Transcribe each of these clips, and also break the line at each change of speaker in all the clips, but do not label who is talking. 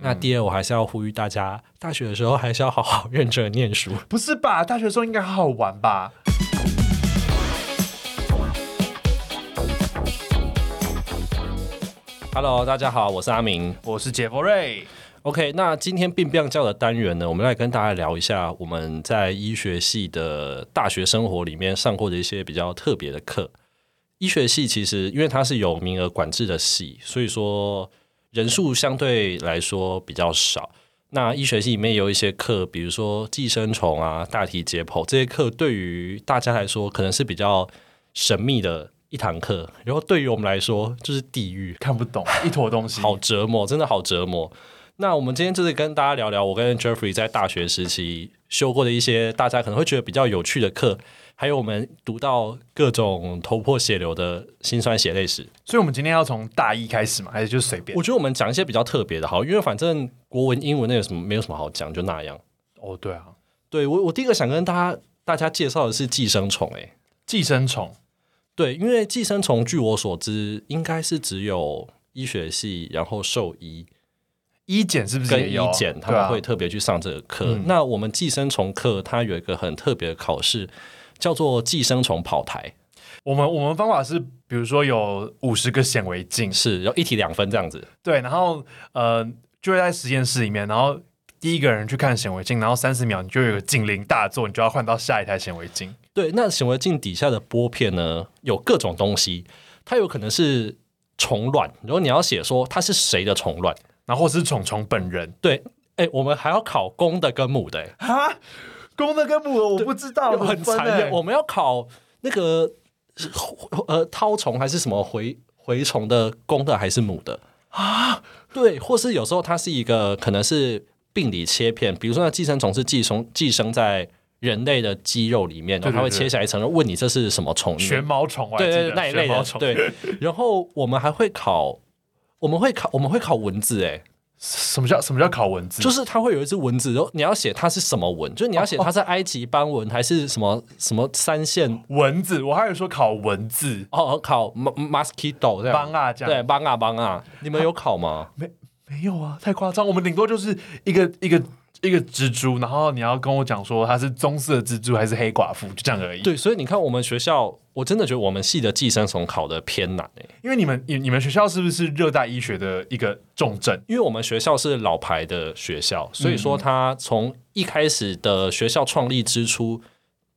那第二，我还是要呼吁大家，大学的时候还是要好 好认真地念书。
不是吧？大学的时候应该好好玩吧？
Hello，大家好，我是阿明。
我是杰佛瑞，
OK，那今天病病教的单元呢，我们来跟大家聊一下我们在医学系的大学生活里面上过的一些比较特别的课。医学系其实因为它是有名额管制的系，所以说人数相对来说比较少。那医学系里面有一些课，比如说寄生虫啊、大体解剖这些课，对于大家来说可能是比较神秘的一堂课，然后对于我们来说就是地狱。
看不懂一坨东西。
好折磨，真的好折磨。那我们今天就是跟大家聊聊我跟 Jeffrey 在大学时期修过的一些大家可能会觉得比较有趣的课，还有我们读到各种头破血流的辛酸血泪史。
所以我们今天要从大一开始嘛，还是就随便？
我觉得我们讲一些比较特别的，好，因为反正国文、英文那有什么没有什么好讲，就那样。
哦，对啊，
对我，我第一个想跟大家大家介绍的是寄生虫、欸，诶，
寄生虫
对，因为寄生虫据我所知应该是只有医学系，然后兽医，
医检是不是
跟
也
医
有？
检，他
对
们
啊嗯
会特别去上这个课。那我们寄生虫课，它有一个很特别的考试，叫做寄生虫跑台，
我们我们方法是，比如说有五十个显微镜，
是然后一题两分这样子。
对，然后呃，就会在实验室里面，然后第一个人去看显微镜，然后三十秒你就有个警铃大作，你就要换到下一台显微镜。
对，那显微镜底下的玻片呢，有各种东西，它有可能是虫卵，然后你要写说它是谁的虫卵。
然后或是虫虫本人
对，哎，我们还要考公的跟母的，诶
啊，公的跟母的我不知 道，
很
怎么
残
分欸
忍。我们要考那个呃绦虫还是什么蛔蛔虫的公的还是母的啊？对，或是有时候它是一个可能是病理切片，比如说那寄生虫是寄生寄生在人类的肌肉里面，然后它会
对对对
切下一层，然后问你这是什么虫？
旋毛虫，我还
对
记
对
得
对那一
旋
类
毛
的
虫，
对。然后我们还会考。我们会考，我们会考蚊子，哎，
什么叫什么叫考蚊子？
就是它会有一只蚊子，然后你要写它是什么蚊，就是你要写它是埃及斑蚊还是什么什么三线
蚊子，我还有说考蚊子，
哦，考 ma- mosquito 这样，
帮啊这
对，
样。
帮啊帮啊，你们有考吗？
没没有啊，太夸张。我们顶多就是一个一个一个蜘蛛，然后你要跟我讲说它是棕色蜘蛛还是黑寡妇，就这样而已。
对，所以你看我们学校，我真的觉得我们系的寄生虫考的啊偏难诶、
因为你们你你们学校是不是热带医学的一个重镇？
因为我们学校是老牌的学校，所以说它从一开始的学校创立之初，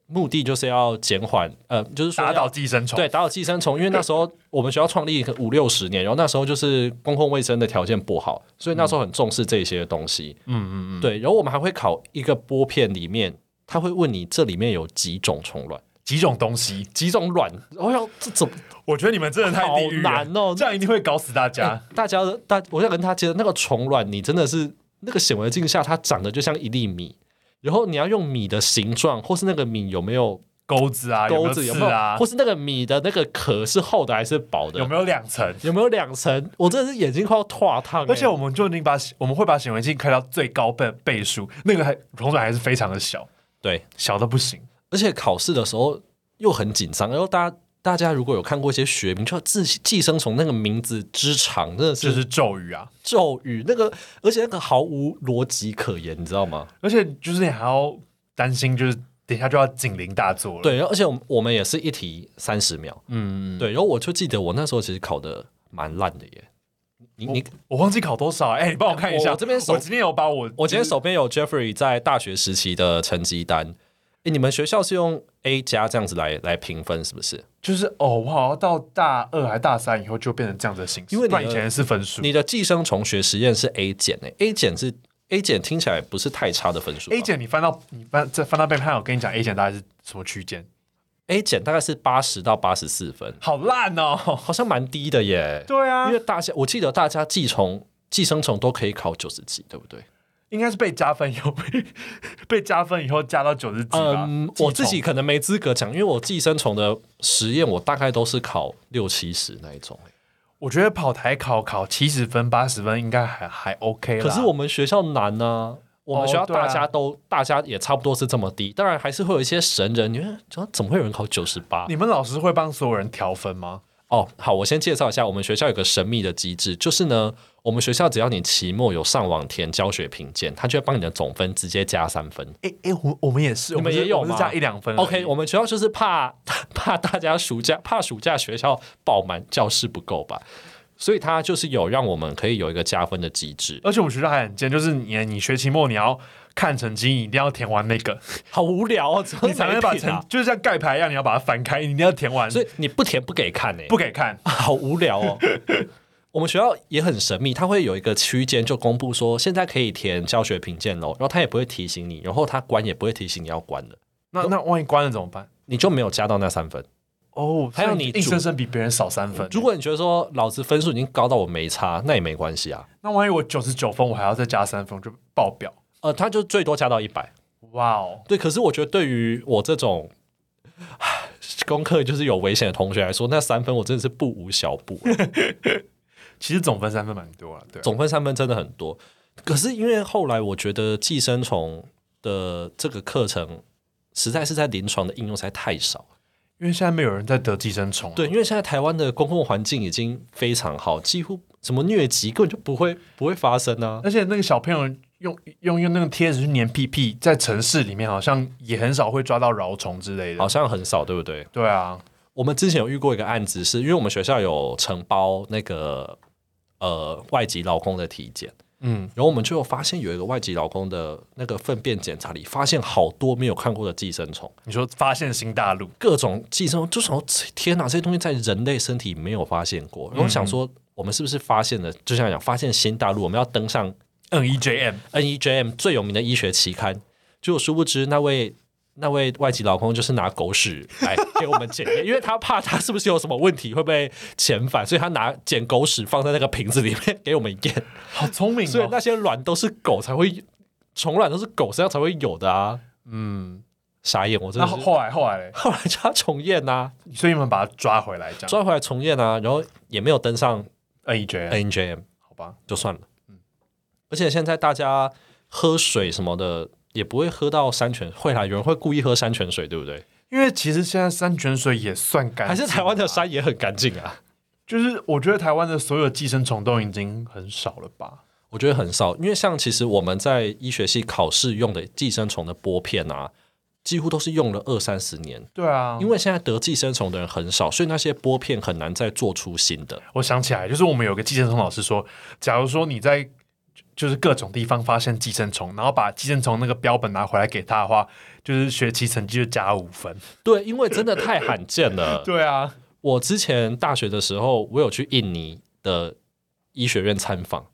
目的就是要减缓，呃，就是说
打
要
倒寄生虫？
对，打倒寄生虫，因为那时候我们学校创立可五六十年，然后那时候就是公共卫生的条件不好，所以那时候很重视这些东西。嗯嗯嗯，对。然后我们还会考一个玻片里面，他会问你这里面有几种虫卵，
几种东西？
几种卵。我想这怎么
我觉得你们真的太地狱了
好难哦哎
这样一定会搞死大家。
大家大？我要跟他接那个虫卵，你真的是那个显微镜下它长得就像一粒米。然后你要用米的形状，或是那个米有没有
钩子啊，
钩子，有
有没
没有，
有刺啊
或？是那个米的那个壳是厚的还是薄的，
有没有两层？
有没有两层？我真的是眼睛快要垮烫、欸。
而且我们就已经把我们会把显微镜开到最高倍倍数，那个还虫卵还是非常的小，
对，
小到不行。
而且考试的时候又很紧张，然后大家大家如果有看过一些学名，就寄寄生虫那个名字之长，真的
这
是
是咒语啊！
咒语，那个而且那个毫无逻辑可言，你知道吗？
而且就是你还要担心，就是等一下就要警铃大作了。，
对，然后而且我们我们也是一题三十秒，
嗯，
对，然后我就记得我那时候其实考的蛮烂的耶。你你
我忘记考多少，哎、你帮我看一下。
我我这边手
我今天有把我
我今天手边有 Jeffrey 在大学时期的成绩单，诶，你们学校是用 A 加这样子来来评分是不是？
就是哦，我好像到大二还大三以后就变成这样子的形式，
因为你
不
的
然以前是分数。
你的寄生虫学实验是 A 减诶、a 减是 A 减听起来不是太差的分数吧
A 减你翻到你翻再翻到背叛，我跟你讲 A 减大概是什么区间？
A 减大概是八十到八十四分，
好烂哦！
好像蛮低的耶。
对啊
因，为大家我记得大家寄虫寄生虫都可以考九十几，对不对？
应该是被加分以后被被加分以后加到九十几吧。
嗯，
记
我自
错
己可能没资格讲，因为我寄生虫的实验我大概都是考六七十那一种。
我觉得跑台考考七十分八十分应该还还 OK 啦
可是我们学校难呢、我们学校
哦对啊
大家都、大家也差不多是这么低，当然还是会有一些神人，你看怎么怎么会有人考九十八？
你们老师会帮所有人调分吗？
哦，好，我先介绍一下我们学校有个神秘的机制，就是呢，我们学校只要你期末有上网填教学评鉴，他就会帮你的总分直接加三分。
哎哎，我我们也是，
你
我
们
是
也有
我们是
吗
加一两分而已。
OK，我们学校就是怕怕大家暑假怕暑假学校爆满，教室不够吧，所以他就是有让我们可以有一个加分的机制。
而且我们学校还很尖，就是你你学期末你要看成绩，你一定要填完那个，
好无聊哦，怎么
你才能把
没品啊
成就是像盖牌一样，你要把它翻开，你一定要填完，
所以你不填不给看呢、
不给看。
好无聊哦。 我们学校也很神秘，它会有一个区间就公布说现在可以填教学评鉴喽，然后他也不会提醒你，然后他关也不会提醒你要关的，
那那万一关了怎么办？
你就没有加到那三分。
哦，
还有
所以
你
硬
主
生生比别人少三分。
如果你觉得说老子分数已经高到我没差，那也没关系啊。
那万一我九十九分，我还要再加三分，我就爆表。
呃，他就最多加到一百。
哇哦，
对，可是我觉得对于我这种唉功课就是有危险的同学来说，那三分我真的是不无小补、啊
其实总分三分蛮多了，对啊。
总分三分真的很多。可是因为后来我觉得寄生虫的这个课程实在是在临床的应用实在太少。
因为现在没有人在得寄生虫、啊，
对，因为现在台湾的公共环境已经非常好，几乎什么疟疾根本就不会不会发生啊。
而且那个小朋友用用用那个贴纸去粘屁屁，在城市里面好像也很少会抓到饶虫之类
好
的。
像很少，对不对？
对啊，
我们之前有遇过一个案子是，因为我们学校有承包那个呃外籍劳工的体检，
嗯，
然后我们就有发现有一个外籍劳工的那个粪便检查里，发现好多没有看过的寄生虫，
你说发现新大陆，
各种寄生虫，就想说天哪，这些东西在人类身体没有发现过。然后想说，我们是不是发现了？就像讲发现新大陆，我们要登上
嗯，EJM，
NEJM 最有名的医学期刊。结果殊不知，那位那位外籍劳工就是拿狗屎来给我们检验，因为他怕他是不是有什么问题会被遣返，所以他拿捡狗屎放在那个瓶子里面给我们验。
好聪明
所以
哦。
那些卵都是狗才会，虫卵都是狗身上才会有的啊！
嗯，
傻眼，我真
那
的是。
后后来后来嘞，
后来就要重验呐、
所以你们把它抓回来，这样呃
抓回来重验啊，然后也没有登上
NEJM，
NJM，
好吧？
就算了。
嗯
而且现在大家喝水什么的也不会喝到山泉，会啦，有人会故意喝山泉水，对不对？
因为其实现在山泉水也算干净啊，
还是台湾的山也很干净啊？
就是我觉得台湾的所有寄生虫都已经很少了吧？
我觉得很少，因为像其实我们在医学系考试用的寄生虫的玻片啊，几乎都是用了二三十年。
对啊，
因为现在得寄生虫的人很少，所以那些玻片很难再做出新的。
我想起来，就是我们有个寄生虫老师说，假如说你在就就是各种地方发现寄生虫，然后把寄生虫那个标本拿回来给他的话，就是学期成绩就加五分。
对，因为真的太罕见 了。
对啊，
我之前大学的时候，我有去印尼的医学院参访，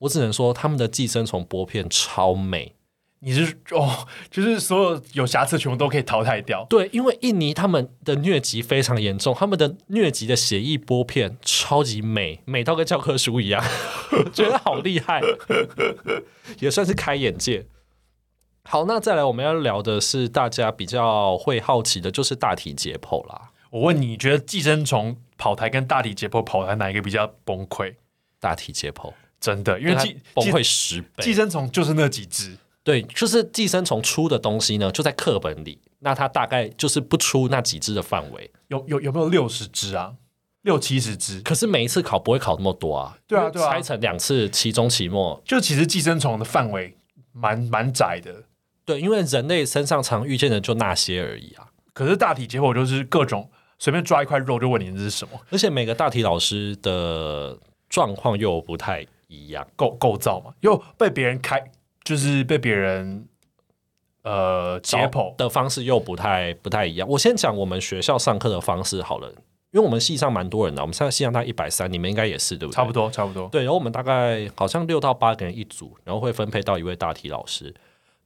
我只能说他们的寄生虫玻片超美。
你是哦，就是所有有瑕疵全部都可以淘汰掉。
对，因为印尼他们的疟疾非常严重，他们的疟疾的血液玻片超级美，美到跟教科书一样， 觉得好厉害， 也算是开眼界。好，那再来我们要聊的是大家比较会好奇的，就是大体解剖啦。
我问你，你觉得寄生虫跑台跟大体解剖跑台哪一个比较崩溃？
大体解剖，
真的，因
因
为
为它
寄
崩
寄
溃十
寄
倍。
生虫就是那几只。
对，就是寄生虫出的东西呢，就在课本里，那它大概就是不出那几只的范围。
有有有没有六十只啊？六七十只？
可是每一次考不会考那么多啊，
对啊
因为
对啊
拆成两次，期中、期末，
就其实寄生虫的范围蛮蛮窄的，
对，因为人类身上常遇见的就那些而已啊。
可是大体结果就是各种随便抓一块肉就问你这是什么
而且每个大体老师的状况又不太一样。
构构造嘛，又被别人开，就是被别人呃解剖。
的方式又不太不太一样。我先讲我们学校上课的方式好了，因为我们系上蛮多人的，啊我们现在系上大概一百三，你们应该也是对不对？
差不。多，差不多。
对，然后我们大概好像六到八个人一组，然后会分配到一位大体老师。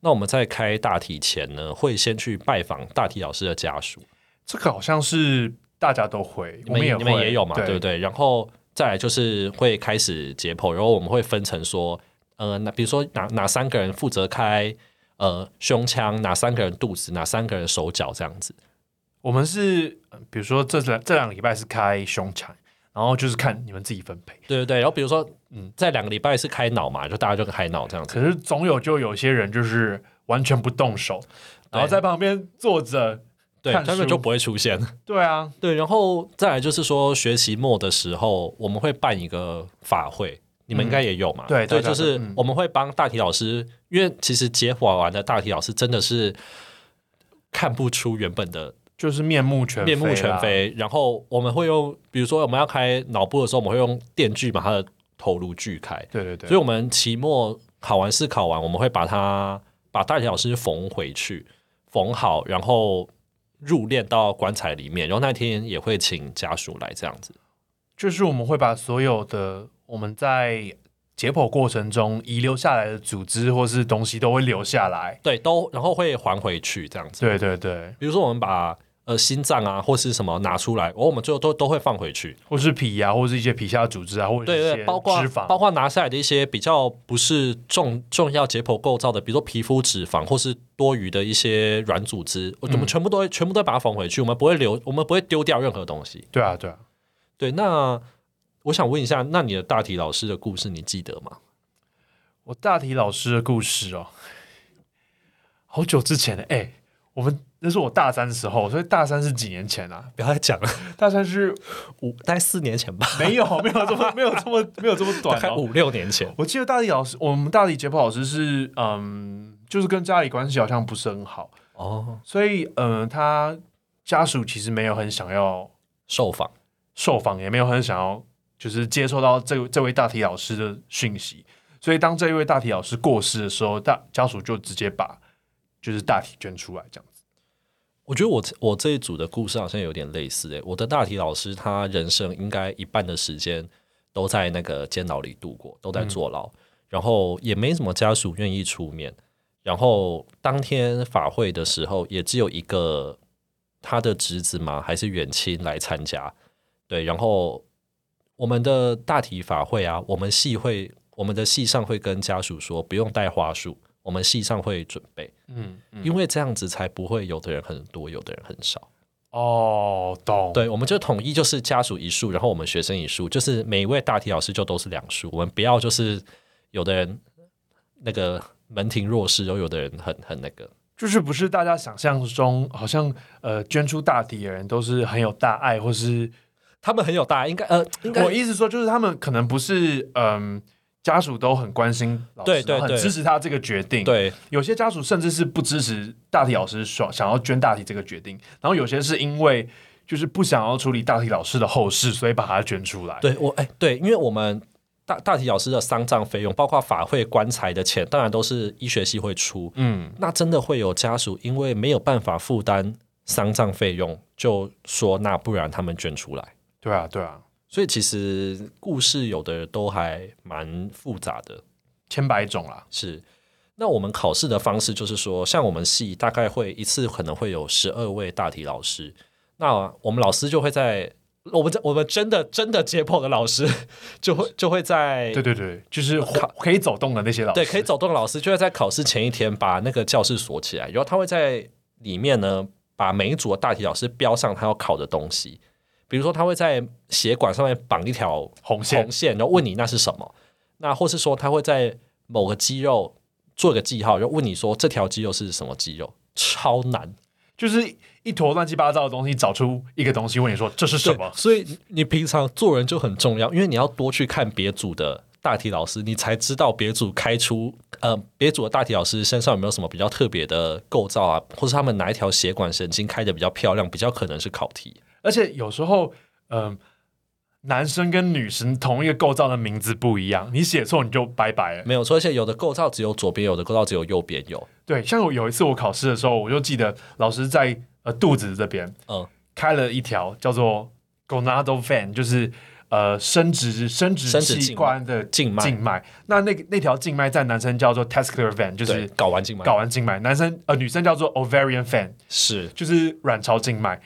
那我们在开大体前呢，会先去拜访大体老师的家属。
这个好像是大家都会，
你
我
们
也
你们
会
也有嘛，对
对
不？对？然后再来就是会开始解剖，然后我们会分成说，呃，那比如说哪哪三个人负责开呃胸腔，哪三个人肚子，哪三个人手脚这样子。
我们是呃比如说这两这两个礼拜是开胸腔，然后就是看你们自己分配。
对对对，然后比如说，嗯
嗯，
在两个礼拜是开脑嘛，就大家就开脑这样子。
可是总有就有些人就是完全不动手，然后在旁边坐着。
对，
看
他们
书
就不会出现。
对啊，
对，然后再来就是说，学期末的时候，我们会办一个法会，你们应该也有嘛？
嗯对
对，
对对
就是
嗯
我们会帮大体老师，因为其实解法完的大体老师真的是看不出原本的
就是面目全
面目
啦
全。非。然后我们会用，比如说我们要开脑部的时候，我们会用电锯把他的头颅锯开。
对对对，
所以我们期末考完试考完，我们会把它把大体老师缝回去，缝好，然后入殓到棺材里面。然后那天也会请家属来这样子。
就是我们会把所有的我们在解剖过程中遗留下来的组织或是东西都会留下来。
对，都然后会还回去这样子。
对对对，
比如说我们把呃心脏啊或是什么拿出来，哦，我们最后都都会放回去。
或是皮啊，或是一些皮下组织啊，或者
对
是一
对，
些
包括
脂肪，
包括拿下来的一些比较不是重重要解剖构造的，比如说皮肤、脂肪或是多余的一些软组织，我
嗯
们全部都会、全部都会把它缝回去，我们不会留，我们不会丢掉任何东西。
对啊对啊，
对，那我想问一下，那你的大体老师的故事你记得吗？
我大体老师的故事哦，好久之前的哎、我们那是我大三时候，所以大三是几年前啊？
不要再讲了，
大三是
五大概四年前 吧，
没有 没有这么没有这么没有这么短
大概
哦。
五六年前。
我记得大体老师，我们大体解剖老师是嗯，就是跟家里关系好像不是很好，
哦，
所以嗯、呃他家属其实没有很想要
受访
受访，也没有很想要就是接受到这这位大体老师的讯息。所以当这一位大体老师过世的时候，大家属就直接把就是大体捐出来这样子。
我觉得我这我这一组的故事好像有点类似诶、欸我的大体老师他人生应该一半的时间都在那个监牢里度过，都在坐牢，然后也没什么家属愿意出面。然后当天法会的时候，也只有一个他的侄子嘛，还是远亲来参加。对，然后我们的大体法会啊，我们系会我们的系上会跟家属说，不用带花束，我们系上会准备。
嗯，
因为这样子才不会有的人很多，有的人很少。
哦，懂。
对，我们就统一就是家属一束，然后我们学生一束，就是每一位大体老师就都是两束。我们不要就是有的人那个门庭若市，然后有的人很很那个。
就是不是大家想象中好像呃捐出大体的人都是很有大爱，或是
他们很有大爱，应该呃，应该
我意思说就是他们可能不是嗯、家属都很关心老师，
对对
然后很
对
支持他这个决定，
对
有些家属甚至是不支持大体老师想想要捐大体这个决定，然后有些是因为就是不想要处理大体老师的后事，所以把它捐出来。，
对，我哎、对，因为我们大大体老师的丧葬费用，包括法会棺材的钱，当然都是医学系会出。
嗯，
那真的会有家属因为没有办法负担丧葬费用，就说那不然他们捐出来。
对啊，对啊，
所以其实故事有的都还蛮复杂的，
千百种啦。
是。那我们考试的方式就是说，像我们系大概会一次可能会有十二位大体老师，那我们老师就会在我们在我们真的真的解剖的老师就会就会在
对对对，就是活可以走动的那些老师，
对可以走动的老师就会在考试前一天把那个教室锁起来，然后他会在里面呢把每一组的大体老师标上他要考的东西，比如说他会在血管上面绑一条
红线
红。线，然后问你那是什么，那或是说他会在某个肌肉做个记号，然后问你说这条肌肉是什么肌肉，超难。
就是一坨乱七八糟的东西，找出一个东西，问你说这是什
对
么？
所以你你平常做人就很重要，因为你要多去看别组的大体老师，你才知道别组开出呃别组的大体老师身上有没有什么比较特别的构造啊，或是他们哪一条血管神经开的比较漂亮，比较可能是考题。
而且有时候，嗯、男生跟女生同一个构造的名字不一样，你写错你就拜拜了。
没有错，而且有的构造只有左边有，有的构造只有右边有。
对，像我有一次我考试的时候，我就记得老师在呃肚子这边
嗯，
开了一条叫做 gonadal vein，就是呃生殖生殖
生殖
器
静脉
官的
静脉
静脉。那那个那条静脉在男生叫做 testicular vein，就
对
是，
搞完进来
睾丸静脉；男生呃女生叫做 ovarian vein，
是
就是卵巢静脉。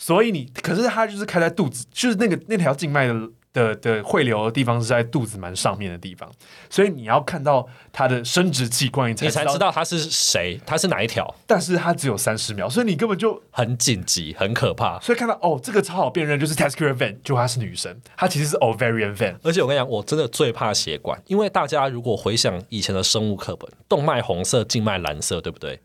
所以你可是它就是开在肚子，就是那个那条静脉的。的的汇流的地方是在肚子蛮上面的地方，所以你要看到它的生殖器官，你才
你才知道他是谁，他是哪一条，
但是它只有三十秒，所以你根本就
很紧急，很可怕。
所以看到哦，这个超好辨认，就是 testicular vein，就她是女生，她其实是 ovarian vein，
而且我跟你讲，我真的最怕血管，因为大家如果回想以前的生物课本，动脉红色，静脉蓝色，对不对？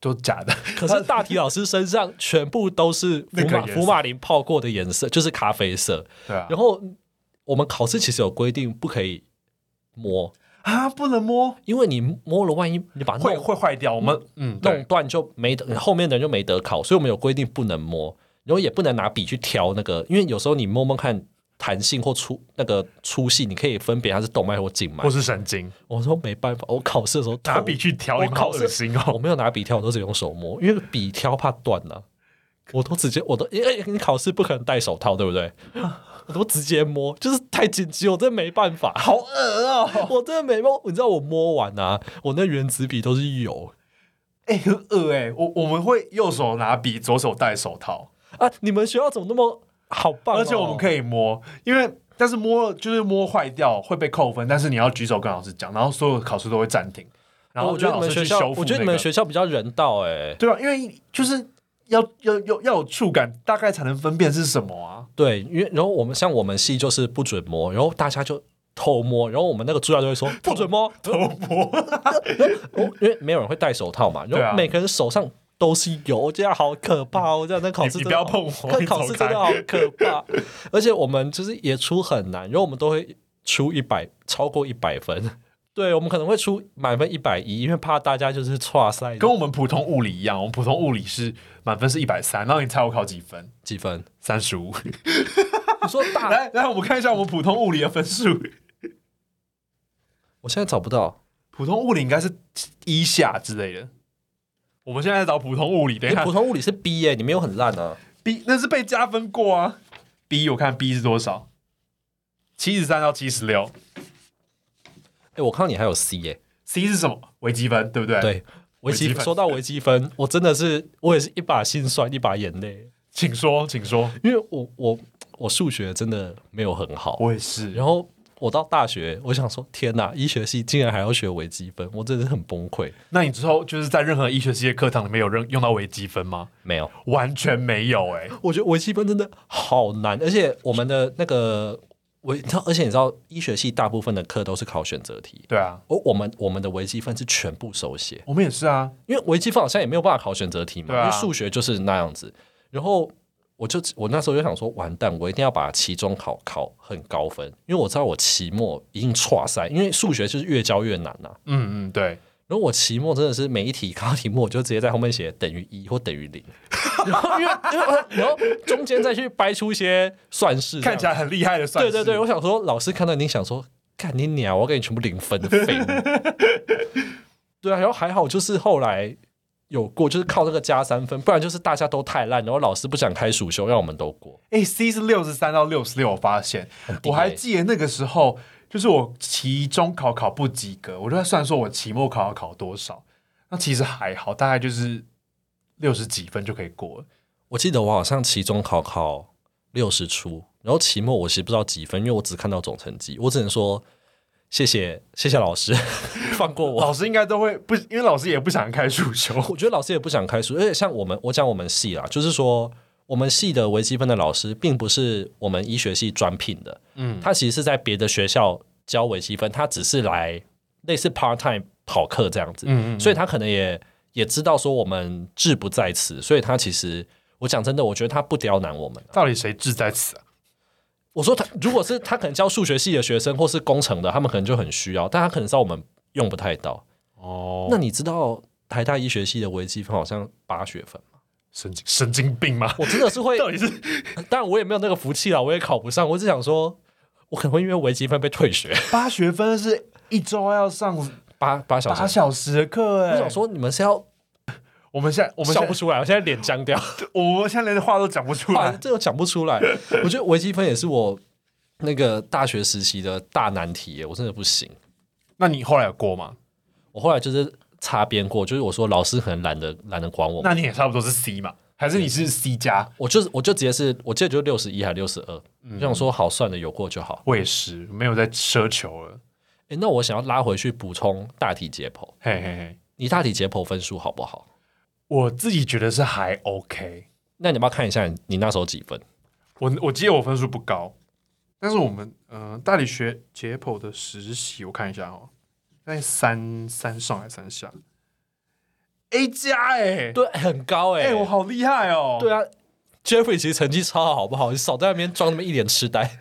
都假的。
可是大体老师身上全部都是
那
福
个
马
颜色
福马林泡过的颜色，就是咖啡色。
对啊
然后我们考试其实有规定，不可以摸，
啊，不能摸，
因为你摸了，万一你把它
会
弄
会坏掉。我们嗯，
弄
对，
断就没得，后面的人就没得考，所以我们有规定不能摸，然后也不能拿笔去挑那个，因为有时候你摸摸看弹性或粗那个粗细，你可以分别它是动脉或静脉
或。是神经，
我说没办法，我考试的时候
拿笔去挑，
我
你们好
考
恶
试
心
我
哦。
没有拿笔挑，我都是用手摸，因为笔挑怕断了、我都直接，我都，因为你考试不可能戴手套，对不对？ 我都直接摸，就是太紧急，我真的没办法，
好恶哦！
我真的没摸。你知道我摸完啊，我那原子笔都是油
哎、很恶哎、我我们会右手拿笔，左手戴手套，
啊！你们学校怎么那么好棒哦、
而且我们可以摸，因为但是摸就是摸坏掉会被扣分，但是你要举手跟老师讲，然后所有考试都会暂停，然
哦
后
我觉得
让
你
老
们
师
学
去
校，
修复、那个
我觉得你们学校比较人道哎、
对啊吧？因为就是要要要要有触感，大概才能分辨是什么啊。
对，因为然后我们像我们系就是不准摸，然后大家就偷摸，然后我们那个助教就会 说哦不准摸，
头摸，
我因为没有人会戴手套嘛，然
对啊
后每个人手上都是油，这样好可怕哦！这样那考试真
你不
的
要
好
碰我，
那
你
考
走
试真
开
的好可怕。而且我们就是也出很难，然后我们都会出一百，超过一百分。对，我们可能会出满分一百一，因为怕大家就是错赛
跟我们普通物理一样，我们普通物理是满分是一百三，然后你猜我考几分？
几分。
三 十五。
你说大，
来来，我们看一下我们普通物理的分数。
我现在找不到。
普通物理应该是一下之类的。我们现在在找普通物理，等一
你
下
哎普通物理是 B 耶、你没有很烂啊。
B 那是被加分过啊。B 我看 B 是多少？七十三到七十六。
哎、我看到你还有 C 耶、
C 是什么？微积分，对不对？。
对，微积
哎微积分
说到微积分，我真的是我也是一把辛酸一把眼泪。
请说，请说。
因为我我我数学真的没有很好，
我也是。
然后我到大学，我想说天哪，医学系竟然还要学微积分，我真的是很崩溃。
那你之后就是在任何医学系的课堂里面有任用到微积分吗？
没有，
完全没有哎、
我觉得微积分真的好难，而且我们的那个我，你知道而且你知道医学系大部分的课都是考选择题，
对啊，
而我们我们的微积分是全部手写，
我们也是啊。
因为微积分好像也没有办法考选择题嘛，
对啊
因为数学就是那样子。然后我就我那时候就想说，完蛋，我一定要把期中考考很高分，因为我知道我期末一定差赛，因为数学就是越教越难呐、
嗯嗯，对。
然后我期末真的是每一题看到题目，我就直接在后面写等于一或等于零，然后因为因为然后中间再去掰出一些算式，
看起来很厉害的算
对对
式。
对，我想说，老师看到你想说，干你娘，我要给你全部零分的废物。 对啊，然后还好，就是后来有过，就是靠这个加三分，不然就是大家都太烂，然后老师不想开暑修，让我们都过。
哎、c 是六十三到六十六，我发现
低
我还
欸
记得那个时候，就是我期中考考不及格，我就在算说我期末考要考多少。那其实还好，大概就是六十几分就可以过了。
我记得我好像期中考考六十出，然后期末我其实不知道几分，因为我只看到总成绩，我只能说谢谢谢谢老师 放过我。
老师应该都会不，因为老师也不想开数修。
我觉得老师也不想开除，而且像我们，我讲我们系啦，就是说我们系的微积分的老师，并不是我们医学系专聘的，
嗯，
他其实是在别的学校教微积分，他只是来类似 part time 跑课这样子，
嗯嗯
所以他可能也也知道说我们志不在此，所以他其实我讲真的，我觉得他不刁难我们、
到底谁志在此啊？
我说他如果是他可能教数学系的学生或是工程的，他们可能就很需要，但他可能知道我们用不太到。
哦，
那你知道台大医学系的微积分好像八学分吗？
神经神经病吗？
我真的是会
到底是
当然我也没有那个福气啦，我也考不上。我只想说，我可能会因为微积分被退学
八学分是一周要上
八八小
八
时。
小时的课哎、
我想说，你们是要
我们现在我们
笑
现
不
在
出来，我现在脸僵 掉，
我们现在连话都讲不出
哇
来，
这又讲不出来。我觉得微积分也是我那个大学时期的大难题耶，我真的不行。
那你后来有过吗？
我后来就是擦边过，就是我说老师可能懒得懒得管我，
那你也差不多是 C 嘛？还是你是 C 加？
我就是我就直接是我记得就六十一还六十二，
嗯
就想说好算了，有过就好。
我也是，没有在奢求了。
诶，那我想要拉回去补充大体解剖，
嘿嘿嘿，
你大体解剖分数好不好？
我自己觉得是还 OK。
那你要不要看一下你你那时候几分？
我我记得我分数不高，但是我们嗯、呃大理学解剖的实习，我看一下哦，在三三上还是三下？A 加哎、
对，很高哎、
哎、我好厉害哦！
对啊，Jeffrey 其实成绩超好，好不好？你少在那边装那么一脸痴呆。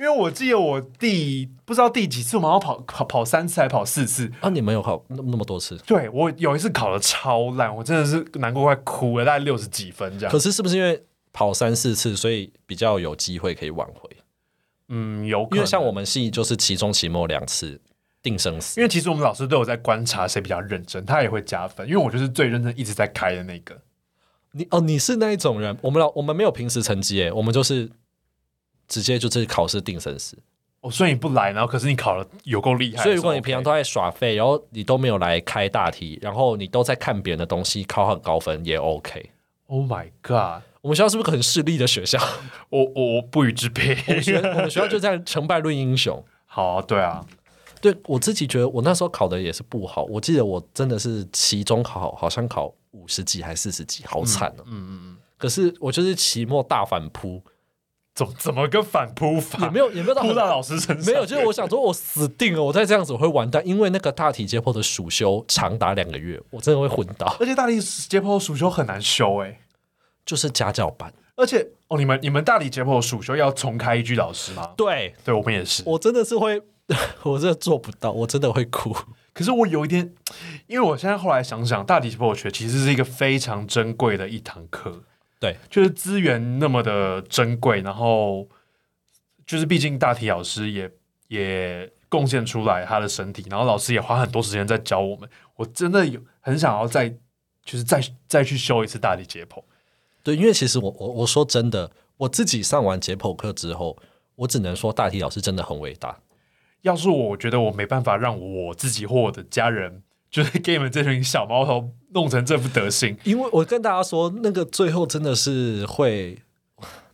因为我记得我第不知道第几次，我们好像跑跑跑三次还跑四次。
啊，你们有考那那么多次？
对我有一次考的超烂，我真的是难过快哭了，大概六十几分这样
可。是是不是因为跑三四次，所以比较有机会可以挽回？
嗯，有
因
可能
为像我，们系就是期中、期末两次定生死
因。为其实我们老师都有在观察谁比较认真，他也会加分。因为我就是最认真一直在开的那个。
你哦，你是那一种人，我们老我们没有平时成绩欸诶，我们就是直接就是考试定生死。
我、哦所以你不来，然后可是你考的有够厉害。
所以如
是
果
OK
你平常都在耍废，然后你都没有来开大题，然后你都在看别人的东西，考很高分也 OK。
，Oh my God，
我们学校是不是很势利的学校？
我我我不予置评。
我们学我们学校就在成败论英雄。
好、对啊，
对我自己觉得，我那时候考的也是不好。我记得我真的是期中考好像考五十几还四十几，好惨哦、
嗯嗯嗯，
可是我就是期末大反扑，
怎么怎么个反扑法？
也没有也没有到
扑
很
到老师身上，
没有，就是我想说，我死定了，我再这样子我会完蛋，因为那个大体解剖的暑修长达两个月，我真的会昏倒，
而且大理解剖暑修很难修哎、
就是家教班。
而且哦，你们你们大理解剖暑修要重开一句老师吗？
对
对，我们也是。
我真的是会， 我真的做不到，我真的会哭。
可是我有一点，因为我现在后来想想，大理解剖学其实是一个非常珍贵的一堂课，
对，
就是资源那么的珍贵，然后就是毕竟大体老师也也贡献出来他的身体，然后老师也花很多时间在教我们。我真的有很想要再就是再再去修一次大理解剖。
对，因为其实我我我说真的，我自己上完解剖课之后，我只能说大体老师真的很伟大。
要是我，我觉得我没办法让我自己或我的家人， 就是给你们这群小毛头弄成这副德行。
因为我跟大家说，那个最后真的是会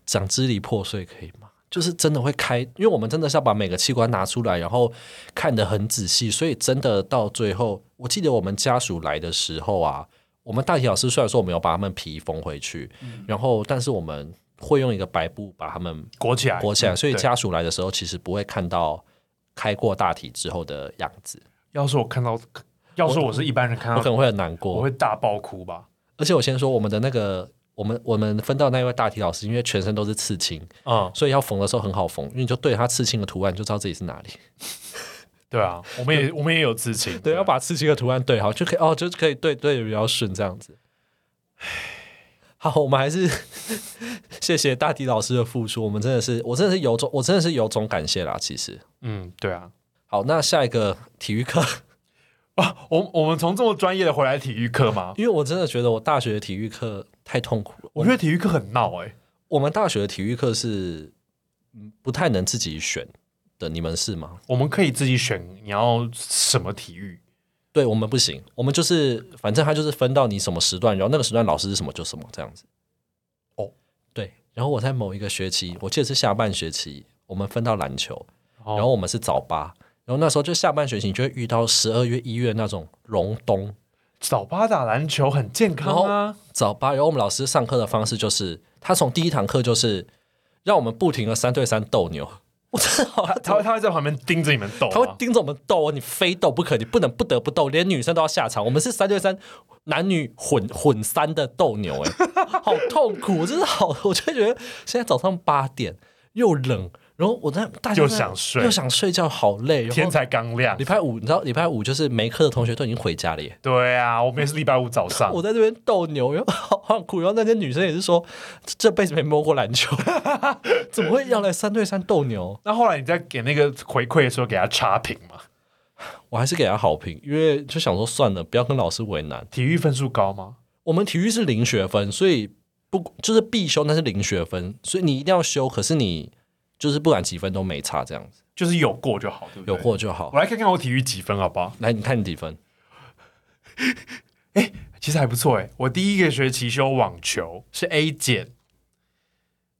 讲支离破碎，可以吗？就是真的会开，因为我们真的是要把每个器官拿出来，然后看得很仔细，所以真的到最后，我记得我们家属来的时候啊，我们大体老师虽然说我们有把他们皮缝回去，然后但是我们会用一个白布把他们
裹起来，
裹起来，所以
对
家属来的时候其实不会看到开过大体之后的样子，
要是我看到，要是我是一般人看
我可
到，
能会很难过，
我会大爆哭吧。
而且我先说我们的那个，我们我们分到那一位大体老师，因为全身都是刺青，
嗯，
所以要缝的时候很好缝，因为你就对他刺青的图案你就知道自己是哪里。
对啊，我们也我们也有自情，
对，要啊把刺青的图案对好，就可以哦，就可以对对的比较顺这样子。好，我们还是 谢谢大体老师的付出，我们真的是，我真的是由衷，我真的是由衷感谢啦。其实，
嗯，对啊。
好，那下一个体育课，
啊，我我们从这么专业的回来体育课吗？
因为我真的觉得我大学的体育课太痛苦了。
我觉得体育课很闹哎、
我们大学的体育课是嗯不太能自己选的，你们是吗？
我们可以自己选你要什么体育，
对我们不行，我们就是反正他就是分到你什么时段，然后那个时段老师是什么就什么这样子。
哦，
对。然后我在某一个学期，我记得是下半学期，我们分到篮球，
哦
然后我们是早八，然后那时候就下半学期你就会遇到十二月、一月那种隆冬
早八打篮球很健康啊。
早八，然后我们老师上课的方式就是，他从第一堂课就是让我们不停的三对三斗牛， 我真的好
他他会他会在旁边盯着你们斗、啊，
他会盯着我们斗哦，你非斗不可，你不能不得不斗，连女生都要下场。我们是三对三，男女混混三的斗牛、哎， 好痛苦，我真的好，我就觉得现在早上八点又冷，然后我在大家
又
在
想睡
又想睡觉，好累。然
天
后
才刚亮
礼。拜五，你知道礼拜五就是没课的同学都已经回家了耶。
对啊，我们也是礼拜五早上
我。在这边斗牛，然后好好苦。然后那些女生也是说，这这辈子没摸过篮 球，怎么会要来三对三斗牛？
那后来你在给那个回馈的时候给他差评嘛？
我还是给她好评，因为就想说算了，不要跟老师为难。
体育分数高吗？
我们体育是零学分，所以不就是必修，但是零学分，所以你一定要修。可是你就是不管几分都没差，这样子
就是有过就好，对不对？
有。过就好。
我来看看我体育几分好不好？
来，你看你几分？
其实还不错诶，欸我第一个学期修网球是 A 减，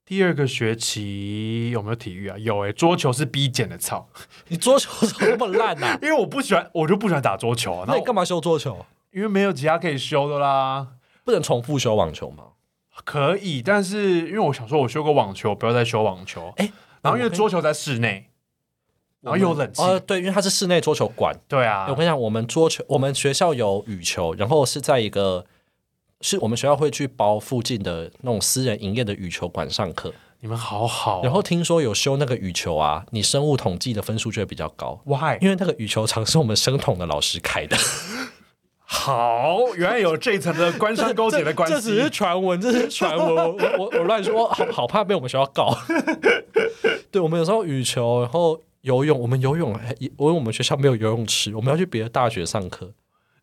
第二个学期有没有体育啊？有诶，桌球是 B 减的，操！
你桌球怎么那么烂 呐、
因为我不喜欢，我就不喜欢打桌球啊。
那
那
你干嘛修桌球？
因为没有其他可以修的啦。
不能重复修网球吗？
可以，但是因为我想说，我修过网球，不要再修网球。
诶
然后因
哎
为
我跟
桌球在室内，然后又有冷气。
呃，对，因为它是室内桌球馆。
对啊，
我跟你讲，我们桌球，我们学校有羽球，然后是在一个。是我们学校会去包附近的那种私人营业的羽球馆上课，
你们好好哦、
然后听说有修那个羽球啊，你生物统计的分数就会比较高，
why
因为那个羽球场是我们生统的老师开的。
好，原来有这一层的官商勾结的 关
这只是
系。
传闻，这是传闻，我我我我乱说，好好怕被我们学校告。 对，我们有时候羽球，然后游泳，我们游泳，哎我我们学校没有游泳池，我们要去别的大学上课。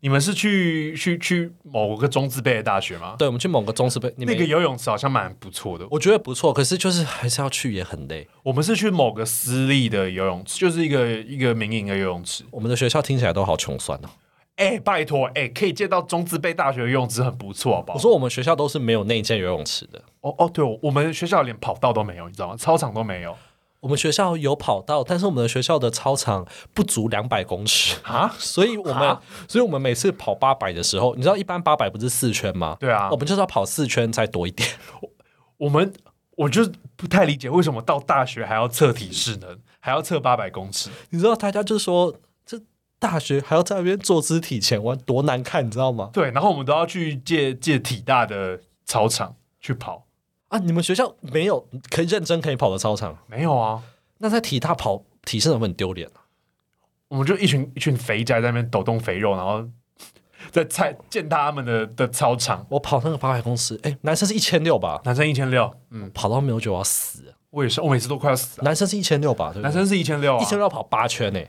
你们是去去去某个中字辈的大学吗？
对，我们去某个中师杯，你
那
们
个游泳池好像蛮不错的。我
我觉得不错，可是就是还是要去也很累。
我们是去某个私立的游泳池，就是一个一个民营的游泳池。
我们的学校听起来都好穷酸哦。
哎、拜托，哎、可以见到中字辈大学的游泳池很不错，好不好
我？说我们学校都是没有内建游泳池的，
哦哦，对，我们学校连跑道都没有，你知道吗？操场都没有
我们学校有跑道，但是我们的学校的操场不足两百公尺。
啊？
所以我们
啊，
所以我们每次跑八百的时候，你知道一般八百不是四圈吗？
对啊
我们就是要跑四圈才多一点，
我们我就是不太理解为什么到大学还要测体适能，还要测八百公尺。
你知道大家就说这大学还要在那边做肢体前弯，多难看，你知道吗？
对，然后我们都要去借借体大的操场去跑。
啊，你们学校没有可以认真可以跑的操场，
没有啊，
那在体大跑体适能会很丢脸啊
我们就一群一群肥宅在那边抖动肥肉，然后 在菜践踏他们的的操场。
我跑那个八百公尺，哎，男生是一千六吧，
男生一千六，嗯，
跑到没有久我要死，
我也是，我每次都快要死了。
男生是一千六吧，对不对
男生是一千六啊
一，千六要跑八圈呢、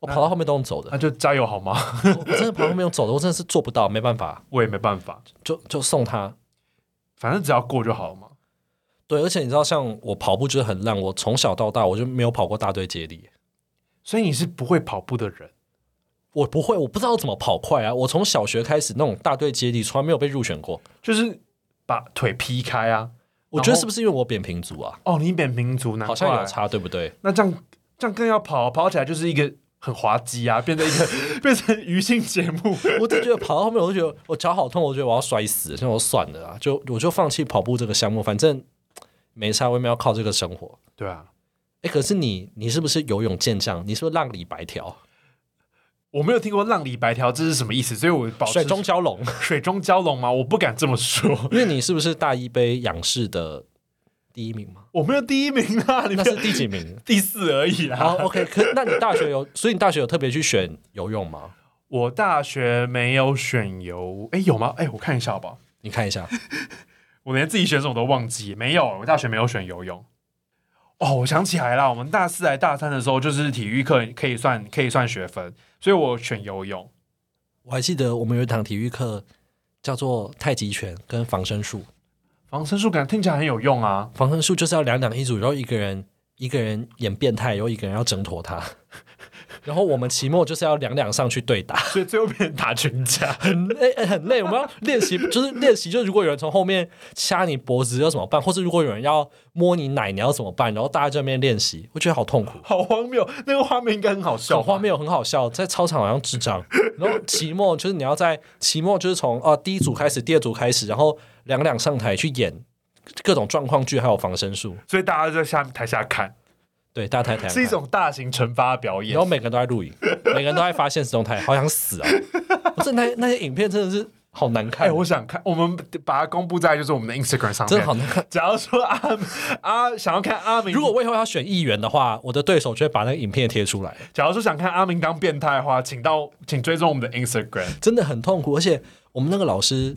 我跑到后面都用走
那
的，
就加油好吗？
我真的跑到后面用走的，我真的是做不到，没办法，
我也没办法，
就就送他。
反正只要过就好了嘛。
对，而且你知道，像我跑步就是很烂，我从小到大我就没有跑过大队接力，
所以你是不会跑步的人，
我不会，我不知道怎么跑快啊！我从小学开始那种大队接力，从来没有被入选过。
就是把腿劈开啊。
我觉得
然后
是不是因为我扁平足啊？
哦，你扁平足，难
好
怪
像有差，对不对？
那这样这样更要跑，跑起来就是一个很滑稽啊，变成一个 变成娱乐节目。
我就觉得跑到后面，我就觉得我脚好痛，我觉得我要摔死，所以我算了啊，就我就放弃跑步这个项目，反正没差，我也没有靠这个生活。
对啊，
哎，可是你，你是不是游泳健将？你是不是浪里白条、
我没有听过“浪里白条”这是什么意思，所以我保持
水中蛟龙？
水中蛟龙吗？我不敢这么说，
因为你是不是大一杯仰视的第一名吗？
我没有第一名啊，你
那
们
是第几名？
第四而已啊啦。
好，OK，可那你大学有，所以你大学有特别去选游泳吗？
我大学没有选游，哎，有吗？哎，我看一下好不好？
你看一下，
我连自己选什么都忘记，没有，我大学没有选游泳。哦，我想起来了，我们大四还大三的时候，就是体育课可以算可以算学分，所以我选游泳。
我还记得我们有一堂体育课叫做太极拳跟防身术，
防身术感觉听起来很有用啊，
防身术就是要两两一组，然后一个人一个人演变态，然后一个人要挣脱他， 然后我们期末就是要两两上去对打，
所以 最后变成打群架。
很累、哎很累，我们要练习，就是练习，就是如果有人从后面掐你脖子要怎么办，或是如果有人要摸你奶，你要怎么办，然后大家在那边练习，我觉得好痛苦。
好荒谬！那个画面应该很好笑
小
吧，
画面有很好笑，在操场好像智障。然后期末就是你要在期末就是从啊第一组开始，第二组开始，然后两两上台去演各种状况剧，还有防身术。
所以大家就在下台下看，
对，大家台台
是一，种大型惩罚表演
然后。每个人都在录 影，每个人都在发现实动态，好想死啊！不是那那些影片真的是好难
哎、
看，
我想看，我们把它公布在就是我们的 Instagram 上
真的
面。
好难看。
假如说阿阿想要看阿明，
如果我以后要选议员的话，我的对手就会把那个影片贴出来，
假如说想看阿明当变态的话，请到请追踪我们的 Instagram。
真的很痛苦。而且我们那个老师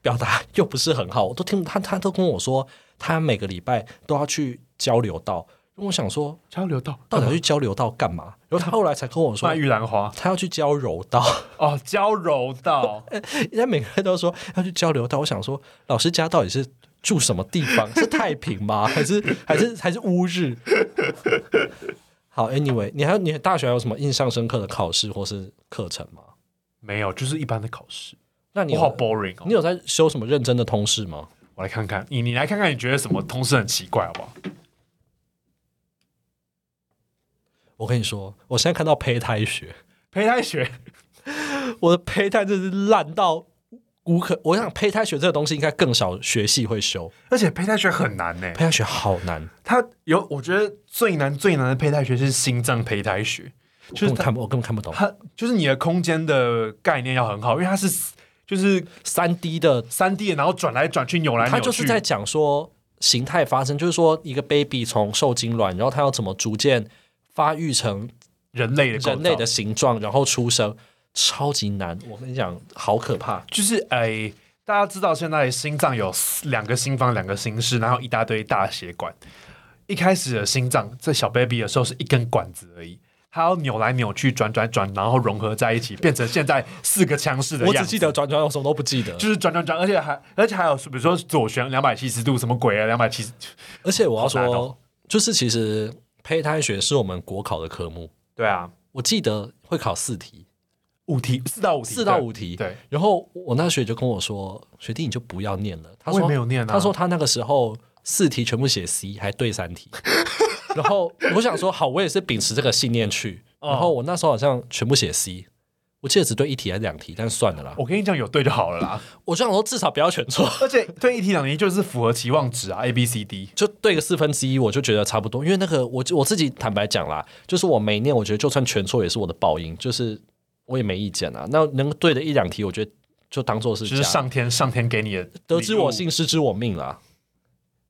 表达又不是很好，我都听不他他都跟我说，他每个礼拜都要去交流道。因为我想说，
交流到
到底要去交流道干嘛？然后他后来才跟我说
卖，玉兰花
他要去交柔道。
哦，交流 到
人家每个人都说要去交流道，我想说，老师家到底是住什么地方？是太平吗？还是还是还是乌日？好，Anyway，你还有你大学还有什么印象深刻的考试或是课程吗？
没有，就是一般的考试。
那你
我好
有
boring 哦
你！有在修什么认真的通识吗？
我来看看你，你来看看，你觉得什么同事很奇怪好不好？
我跟你说，我现在看到胚胎学，
胚胎学
我的胚胎真是烂到无可。我想胚胎学这个东西应该更少学系会修，
而且胚胎学很难呢、
胚胎学好难，
它有我觉得最难最难的胚胎学是心脏胚胎学，就
就是是
它
看不我根本看不懂。
它就是你的空间的概念要很好，因为它是就是
三 D 的，
三 D，的然后转来转去扭来扭去，
他就是在讲说形态发生，就是说一个 baby 从受精卵，然后它要怎么逐渐发育成
人类的构造
人类的形状，然后出生，超级难。我跟你讲，好可怕。
就是哎、大家知道现在心脏有四两个心房、两个心室，然后一大堆大血管。一开始的心脏在小 baby 的时候是一根管子而已，它要扭来扭去、转转转，然后融合在一起，变成现在四个腔室的
我
样子。
只记得转转，我什么都不记得。
就是转转转，而且还而且还有比如说左旋两百七十度什么鬼啊，两百七十，
而且我要
好难
说
哦，
就是其实胚胎学是我们国考的科目，
对啊，
我记得会考四题，
五题四到五题，
四到五题。
对，
然后我那学姐就跟我说：“学弟，你就不要念了。”他
我也
说：“
没有念啊
他说他那个时候四题全部写 C，还对三 题。然后我想说，好，我也是秉持这个信念去。
哦
然后我那时候好像全部写 C，我记得只对一题还是两题，但算了啦。
我跟你讲有对就好了啦，
我就想说，至少不要全错，
而且对一题两题就是符合期望值啊，A B C D。
就对个四分之一，我就觉得差不多。因为那个我我自己坦白讲啦，就是我每念，我觉得就算全错也是我的报应，就是我也没意见啊。那能对的一两题，我觉得就当做是
就是
假的
上天上天给你的
得知
礼物
我幸，失知我命啦。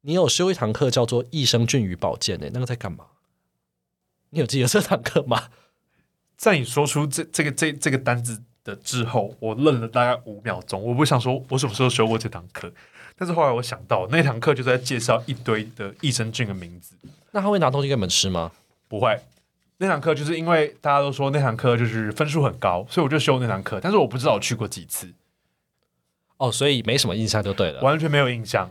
你有修一堂课叫做《益生菌与保健》欸呢、那个在干嘛？你有记得这堂课吗？
在你说出这这个这这个单字的之后，我愣了大概五秒钟。我不想说我什么时候修过这堂课，但是后来我想到那堂课就在介绍一堆的益生菌的名字，
那他会拿东西给你们吃吗？
不会。那堂课就是因为大家都说那堂课就是分数很高，所以我就修那堂课。但是我不知道我去过几次，
哦，所以没什么印象就对了。
完全没有印象。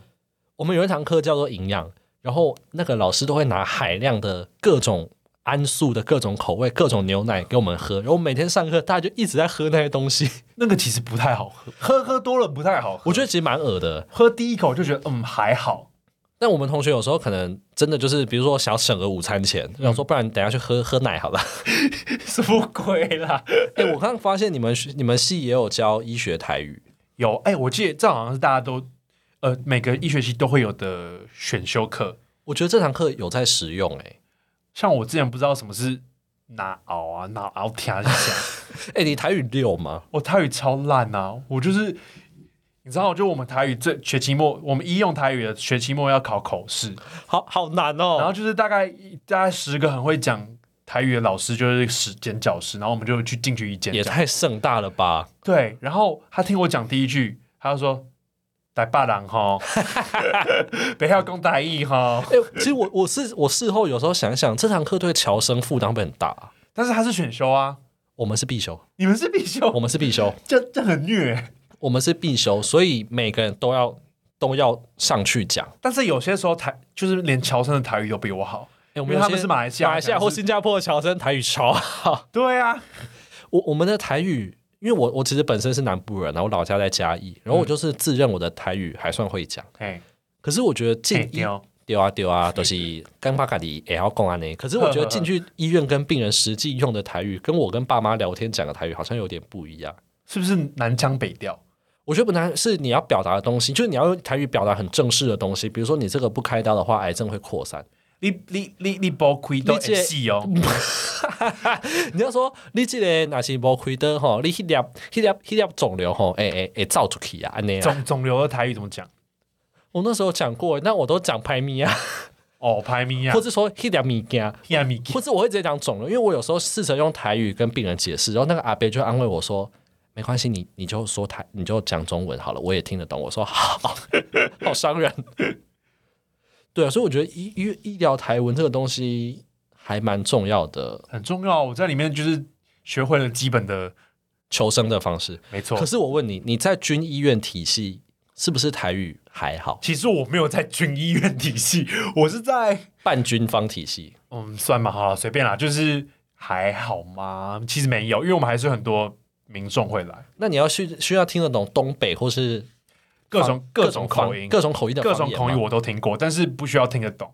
我们有一堂课叫做营养，然后那个老师都会拿海量的各种氨素的各种口味、各种牛奶给我们喝，然后每天上课大家就一直在喝那些东西，
那个其实不太好喝，喝喝多了不太好喝。
我觉得其实蛮恶的。
喝第一口就觉得嗯还好，
但我们同学有时候可能真的就是，比如说想省个午餐钱，想说不然等一下去喝喝奶好了。
什么鬼啦？
哎、我刚刚发现你们学你们系也有教医学台语，
有，哎、我记得这好像是大家都，呃，每个医学系都会有的选修课。
我觉得这堂课有在使用、欸。
像我之前不知道什么是哪熬啊，哪熬天啊是啥，
哎，哎，你台语六吗？
我台语超烂啊，我就是。你知道，就我们台语这学期末，我们医用台语的学期末要考口试，
好好难
然后
哦。
就是大概大概十个很会讲台语的老师，就是十间教室，然后我们就去进去一间
也太盛大了吧！
对，然后他听我讲第一句，他就说：“台北人吼， 不要讲台语吼。”
哎、其实我我是我事后有时候想想，这堂课对侨生负担会很大。
但是他是选修啊，
我们是必修，
你们是必
我
修，
们是必修，
这这很虐。
我们是必修，所以每个人都要都要上去讲。
但是有些时候台就是连乔生的台语都比我好，
哎、我
因为
有
他
些
们是马来西亚
马来西亚或
可能是
新加坡的侨生台语超好。
对啊，
我我们的台语，因为我我其实本身是南部人，然后老家在嘉义，然后我就是自认我的台语还算会讲，
哎，
可是我觉得进
嘿
医
对哦
丢啊丢 啊，都、是干巴嘎的也要讲安呢。可是我觉得进去医院跟病人实际用的台语，跟我跟爸妈聊天讲的台语好像有点不一样。
是不是南腔北调？
我觉得本来是你要表达的东西，就是你要用台语表达很正式的东西，比如说你这个不开刀的话，癌症会扩散。
你你你你包亏都
你这
很细哦，
你要说你这个那是无开刀吼，你迄粒迄粒迄粒肿瘤吼，哎哎哎，造出去啊，安尼啊。
肿肿瘤的台语怎么讲？
我那时候讲过，那我都讲拍咪 啊，
哦，排名啊
或，者说迄粒物件，
亚米 基
或者我会直接讲肿瘤，因为我有时候试着用台语跟病人解释，然后那个阿伯就安慰我说：“没关系，你你就说台，你就讲中文好了，我也听得懂。”我说：“好， 好伤人。”对啊，所以我觉得医医医疗台文这个东西还蛮重要的
很重要，我在里面就是学会了基本的，
求生的方式。
没错
可。是我问你，你在军医院体系是不是台语还好？
其实我没有在军医院体系，我是在
半军方体系
嗯，算吧，好啦随便啦，就是还好吗？其实没有，因为我们还是很多民众会来，
那你要需需要听得懂东北或是
各
方
种各种口音，
各种口音的
各
方
种
言
口音
吗
我都听过，但是不需要听得懂，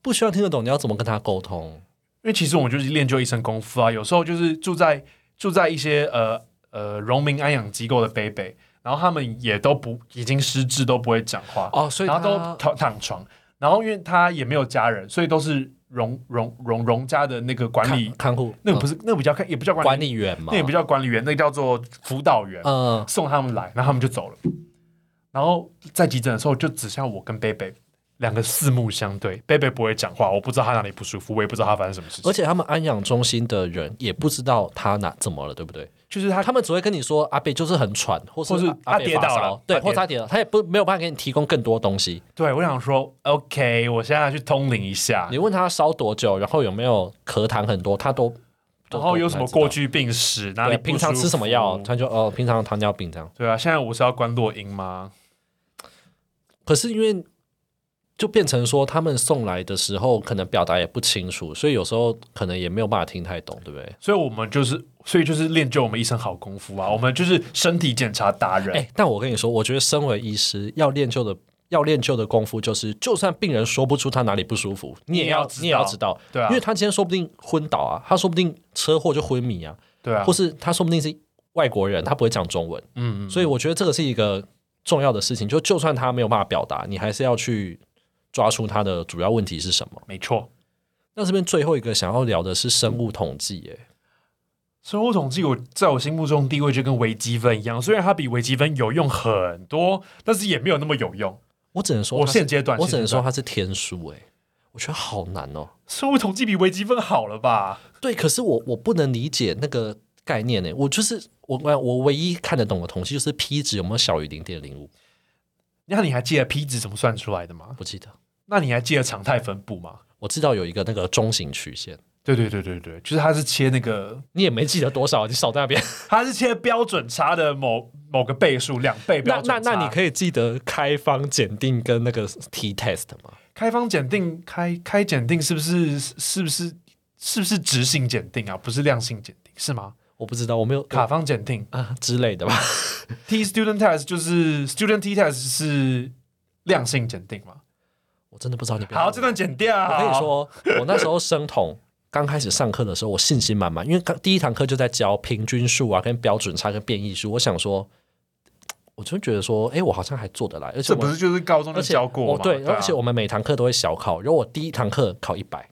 不需要听得懂，你要怎么跟他沟通？
因为其实我们就是练就一身功夫啊。有时候就是住在住在一些呃呃农民安养机构的北北，然后他们也都不已经失智，都不会讲话，
哦，所以
然后
他
都躺躺床，然后因为他也没有家人，所以都是荣荣荣荣家的那个管理
看，看护
那个不
是
是那个比较看也不叫管
管
理。
理员嘛？
那也不叫管理员，那个叫做辅导员。
嗯，
送他们来，然后他们就走了。然后在急诊的时候，就只剩下我跟贝贝两个四目相对，贝贝不会讲话，我不知道他哪里不舒服，我也不知道他发生什么事情
而。且他们安养中心的人也不知道他哪怎么了，对不对？
就是他
他们只会跟你说阿贝就是很喘，或是
或是
阿
他
贝
跌
发
倒
烧
了
对，
他跌
或者他跌倒，他也不没有办法给你提供更多东西。
对我想说，OK，我现在去通灵一下，
你问他烧多久，然后有没有咳痰很多，他都
然后有什么过？去病史，
都
哪
都不太知道对，
里不
平常
舒
吃什么
服
药？他就哦，平常糖尿病这样。
对啊，现在我是要关落音吗？
可是因为就变成说，他们送来的时候可能表达也不清楚，所以有时候可能也没有办法听太懂，对不对？
所以我们就是，所以就是练就我们一身好功夫啊！我们就是身体检查达人。
哎、但我跟你说，我觉得身为医师要练就的。要练就的功夫就是，就算病人说不出他哪里不舒服，你也
也
要
要知
你也要
道
知道，
对啊
因为他今天说不定昏倒啊，他说不定车祸就昏迷啊，
对啊
或，是他说不定是外国人，他不会讲中文，
嗯，
所以我觉得这个是一个重要的事情。就就算他没有办法表达，你还是要去抓出他的主要问题是什么。
没错。
那这边最后一个想要聊的是生物统计，哎耶，
生活统计我在我心目中地位就跟微积分一样，虽然它比微积分有用很多，但是也没有那么有用。
我只能说
我
它是
现阶段，
我只能说
现阶段，
它是天书，哎，我觉得好难哦。
生活统计比微积分好了吧？
对，可是我我不能理解那个概念呢。我就是我我我唯一看得懂的统计就是 p 值有没有小于零点零五，
那你还记得 p 值怎么算出来的吗？
不记得。
那你还记得常态分布吗？
我知道有一个那个中型曲线，
对对对对对，就是它是切那个，
你也没记得多少，你少在那边。
它是切标准差的某某个倍数，两倍 标
那
准
那
差。
那你可以记得开方检定跟那个 T test 吗？
开方检定开开检定是不是是不是是不是直性检定啊？不是量性检定是吗？
我不知道，我没有
卡方检定
啊之类的吧。
T student test 就是 student T test 是量性检定嘛？
我真的不知道你。
好，这段剪掉。
我跟你，说，我那时候生统刚开始上课的时候，我信心满满，因为刚第一堂课就在教平均数啊、跟标准差、跟变异数。我想说，我就觉得说，哎、我好像还做得来，而且
这
我
不是就是高中
而
就
且
教过
我
吗？
对，
啊
而且我们每堂课都会小考，然后我第一堂课考一百，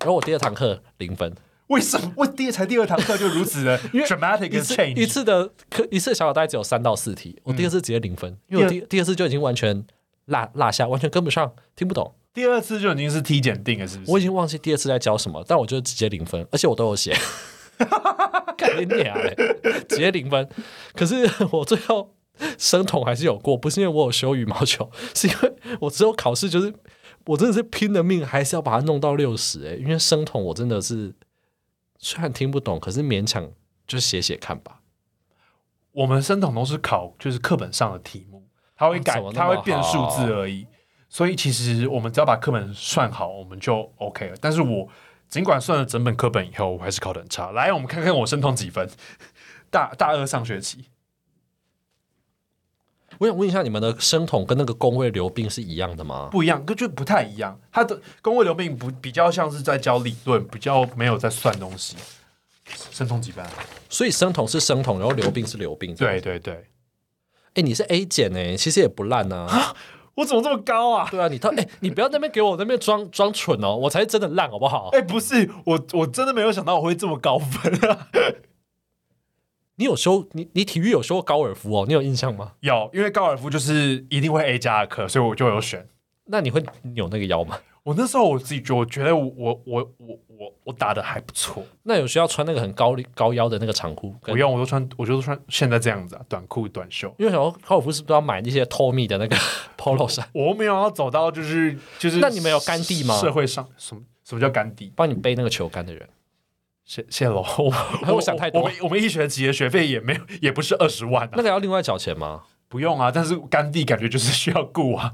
然后我第二堂课零分。
为什么我第才第二堂课就 如此的 dramatic
一
的
次一
change？
次的课一次小考大概只有三到四题，我
嗯
第二次直接零分，因为我第第二次就已经完全落落下，完全跟不上，听不懂。
第二次就已经是 T 检定了，是不是？
我已经忘记第二次在教什么，但我就直接零分，而且我都有写， 干你娘嘞，直接零分。可是 我最后生统还是有过，不是因为我有修羽毛球，是因为我只有考试就是我真的是拼了命，还是要把它弄到六十哎，因为生统我真的是虽然听不懂，可是勉强就写写看吧。
我们生统都是考就是课本上的题目，它会
啊
改
怎么，那
它
么
会变数字而已。所以其实我们只要把课本算好，我们就 OK 了。但是我尽管算了整本课本以后，我还是考得很差。来，我们看看我生统几分。大大二上学期，
我想问一下，你们的生统跟那个工位流病是一样的吗？
不一样，跟就不太一样。他的工位流病不比较像是在教理论，比较没有在算东 西。生酮几班？
所以生统是生统，然后流病是流病。，
对对对，
哎，你是 A 减哎，其实也不烂啊。
我怎么这么高啊？
对啊，你到哎，你不要在那边给我在那边装装蠢哦，我才是真的烂好不好？
哎、不是，我我真的没有想到我会这么高分啊！
你有修你你体育有修过高尔夫哦，你有印象吗？
有，因为高尔夫就是一定会 A 加的课，所以我就有选。
那你会扭那个腰吗？
我那时候我自己觉得，我觉得我我我我我我打的还不错。
那有需要穿那个很高高腰的那个长裤？
不用，我都穿，我就穿现在这样子啊，短裤短袖。
因为想说高尔夫是不是要买那些透密的那个 polo 衫，
我没有要走到就是就是，
那你们有干地吗
社会上什么什么叫干地？
帮你背那个球杆的人？
谢谢喽， 我
我想太多
我们我们一学期的学费也没有，也不是二十万啊
那，个要另外缴钱吗？
不用啊。但是干地感觉就是需要雇啊。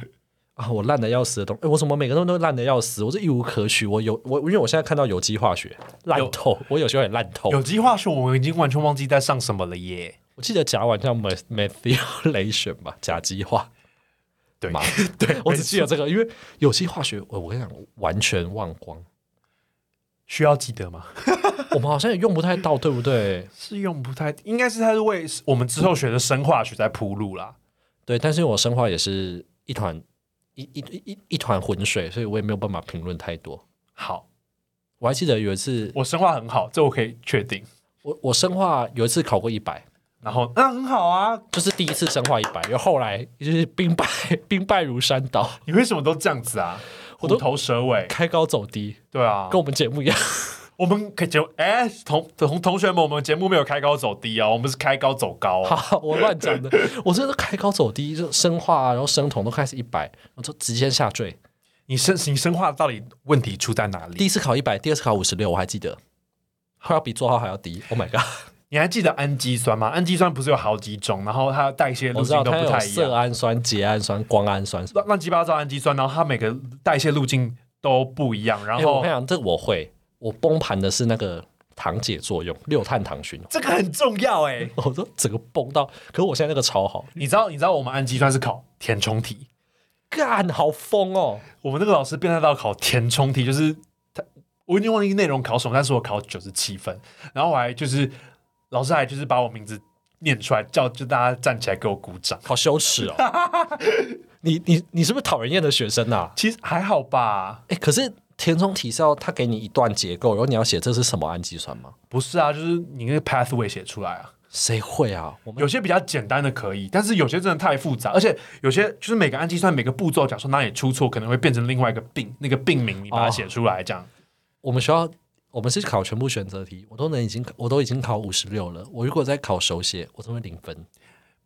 啊，我烂的要死的东，诶我怎么每个东西都烂的要死？我是一无可取。我有我，因为我现在看到有机化学烂透，我有时候也烂透。
有机化学我已经完全忘记在上什么了耶。
我记得甲烷叫 meth- methylation 吧，甲基化。
对
嘛
对，
我只记得这个，因为有机化学，我我跟你讲，完全忘光。
需要记得吗？
我们好像也用不太到，对不对？
是用不太，应该是它是为我们之后学的生化学在铺路啦。
对，但是我生化也是一团一一一一一团浑水，所以我也没有办法评论太多。
好，
我还记得有一次，
我生化很好，这我可以确定。
我我生化有一次考过一百，
然后那很好啊，
就是第一次生化一百，因为后来就是兵败兵败如山倒，
你为什么都这样子啊？虎
我都
头蛇尾，
开高走低，
对啊，
跟我们节目一样。
我们可以节目哎、同同同学们，我们节目没有开高走低哦，我们是开高走高、哦。
好，我乱讲的，我真的开高走低，就生化、啊，然后生酮都开始一百，我就直线下坠。
你生你生化到底问题出在哪
第
里？
一次考一百，第二次考五十六，我还记得，快要比座号还要低。Oh my god！
你还记得氨基酸吗？氨基酸不是有好几种，然后它代谢
我
路
知
径
道
都
它
不
有
太一
色啊
样，
氨酸、缬氨酸、胱氨酸什么。
乱乱七八糟氨基酸，然后它每个代谢路径都不一样，然
哎，我
后
跟你讲，这个我会，我崩盘的是那个糖解作用，六碳糖循环。
这个很重要哎、
我都整个崩到，可是我现在那个超好，
你知道你知道我们氨基酸是考填充题，
干好疯哦！
我们那个老师变态到考填充题，就是他我已经忘记内容考什么，但是我考九十七分，然后我还就是老师还就是把我名字念出来，叫就大家站起来给我鼓掌。
好羞耻哦！ 你你你是不是讨人厌的学生啊？
其实还好吧，
哎、可是填充题是要他给你一段结构，然后你要写这是什么氨基酸吗？
不是啊，就是你那个 pathway 写出来啊，
谁会啊？我们
有些比较简单的可以，但是有些真的太复杂，而且有些就是每个氨基酸每个步骤，假如说哪里出错，可能会变成另外一个病，那个病名你把它写出来，这样、
我们学校我们是考全部选择题，我都能已经我都已经考五十六了，我如果再考手写，我真会零分，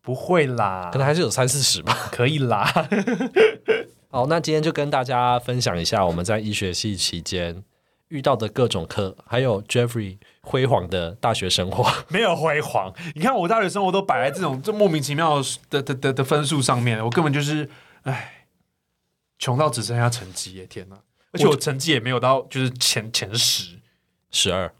不会啦
可，能还是有三四十吧。
可以啦，
好，那今天就跟大家分享一下我们在医学系期间遇到的各种课，还有 Jeffrey 辉煌的大学生活。
没有辉煌。你看我大学生活都摆在这种这莫名其妙的的的的分数上面，我根本就是唉，穷到只剩下成绩耶！天哪，而且我成绩也没有到就是前前十，
十二，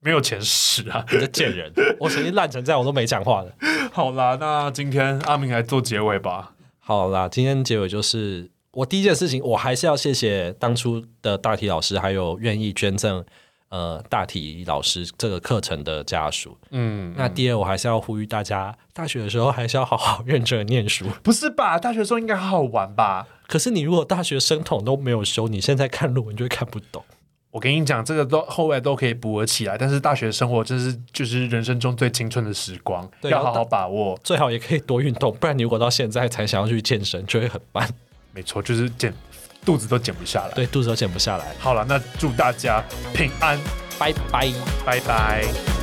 没有前十啊。
你这贱人！我成绩烂成这样，我都没讲话了。
好啦，那今天阿明来做结尾吧。
好啦，今天结尾就是我第一件事情，我还是要谢谢当初的大体老师，还有愿意捐赠呃大体老师这个课程的家属。
嗯，
那第二，我还是要呼吁大家，大学的时候还是要好好认真地念书。
不是吧？大学的时候应该好好玩吧？
可是你如果大学生统都没有修，你现在看论文就会看不懂。
我跟你讲，这个都后来都可以补合起来，但是大学生活真是就是人生中最青春的时光，
对
要好好把握。
最好也可以多运动，不然你如果到现在才想要去健身，就会很慢，
没错，就是减肚子都减不下来。
对，肚子都减不下来。
好了，那祝大家平安，
拜拜。
拜拜。